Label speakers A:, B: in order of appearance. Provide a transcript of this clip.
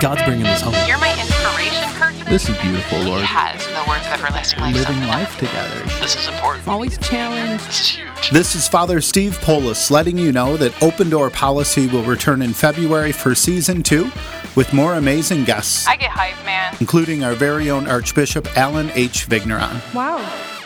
A: God's bringing this home.
B: You're my inspiration, Kirk.
C: This is beautiful,
B: He
C: Lord.
B: has the words of everlasting life.
C: Living life together.
B: This is important.
D: Always challenged.
B: This is huge.
E: This is Father Steve Polis letting you know that Open Door Policy will return in February for season two with more amazing guests,
B: I get hype, man.
E: including our very own Archbishop Alan H. Vigneron.
D: Wow.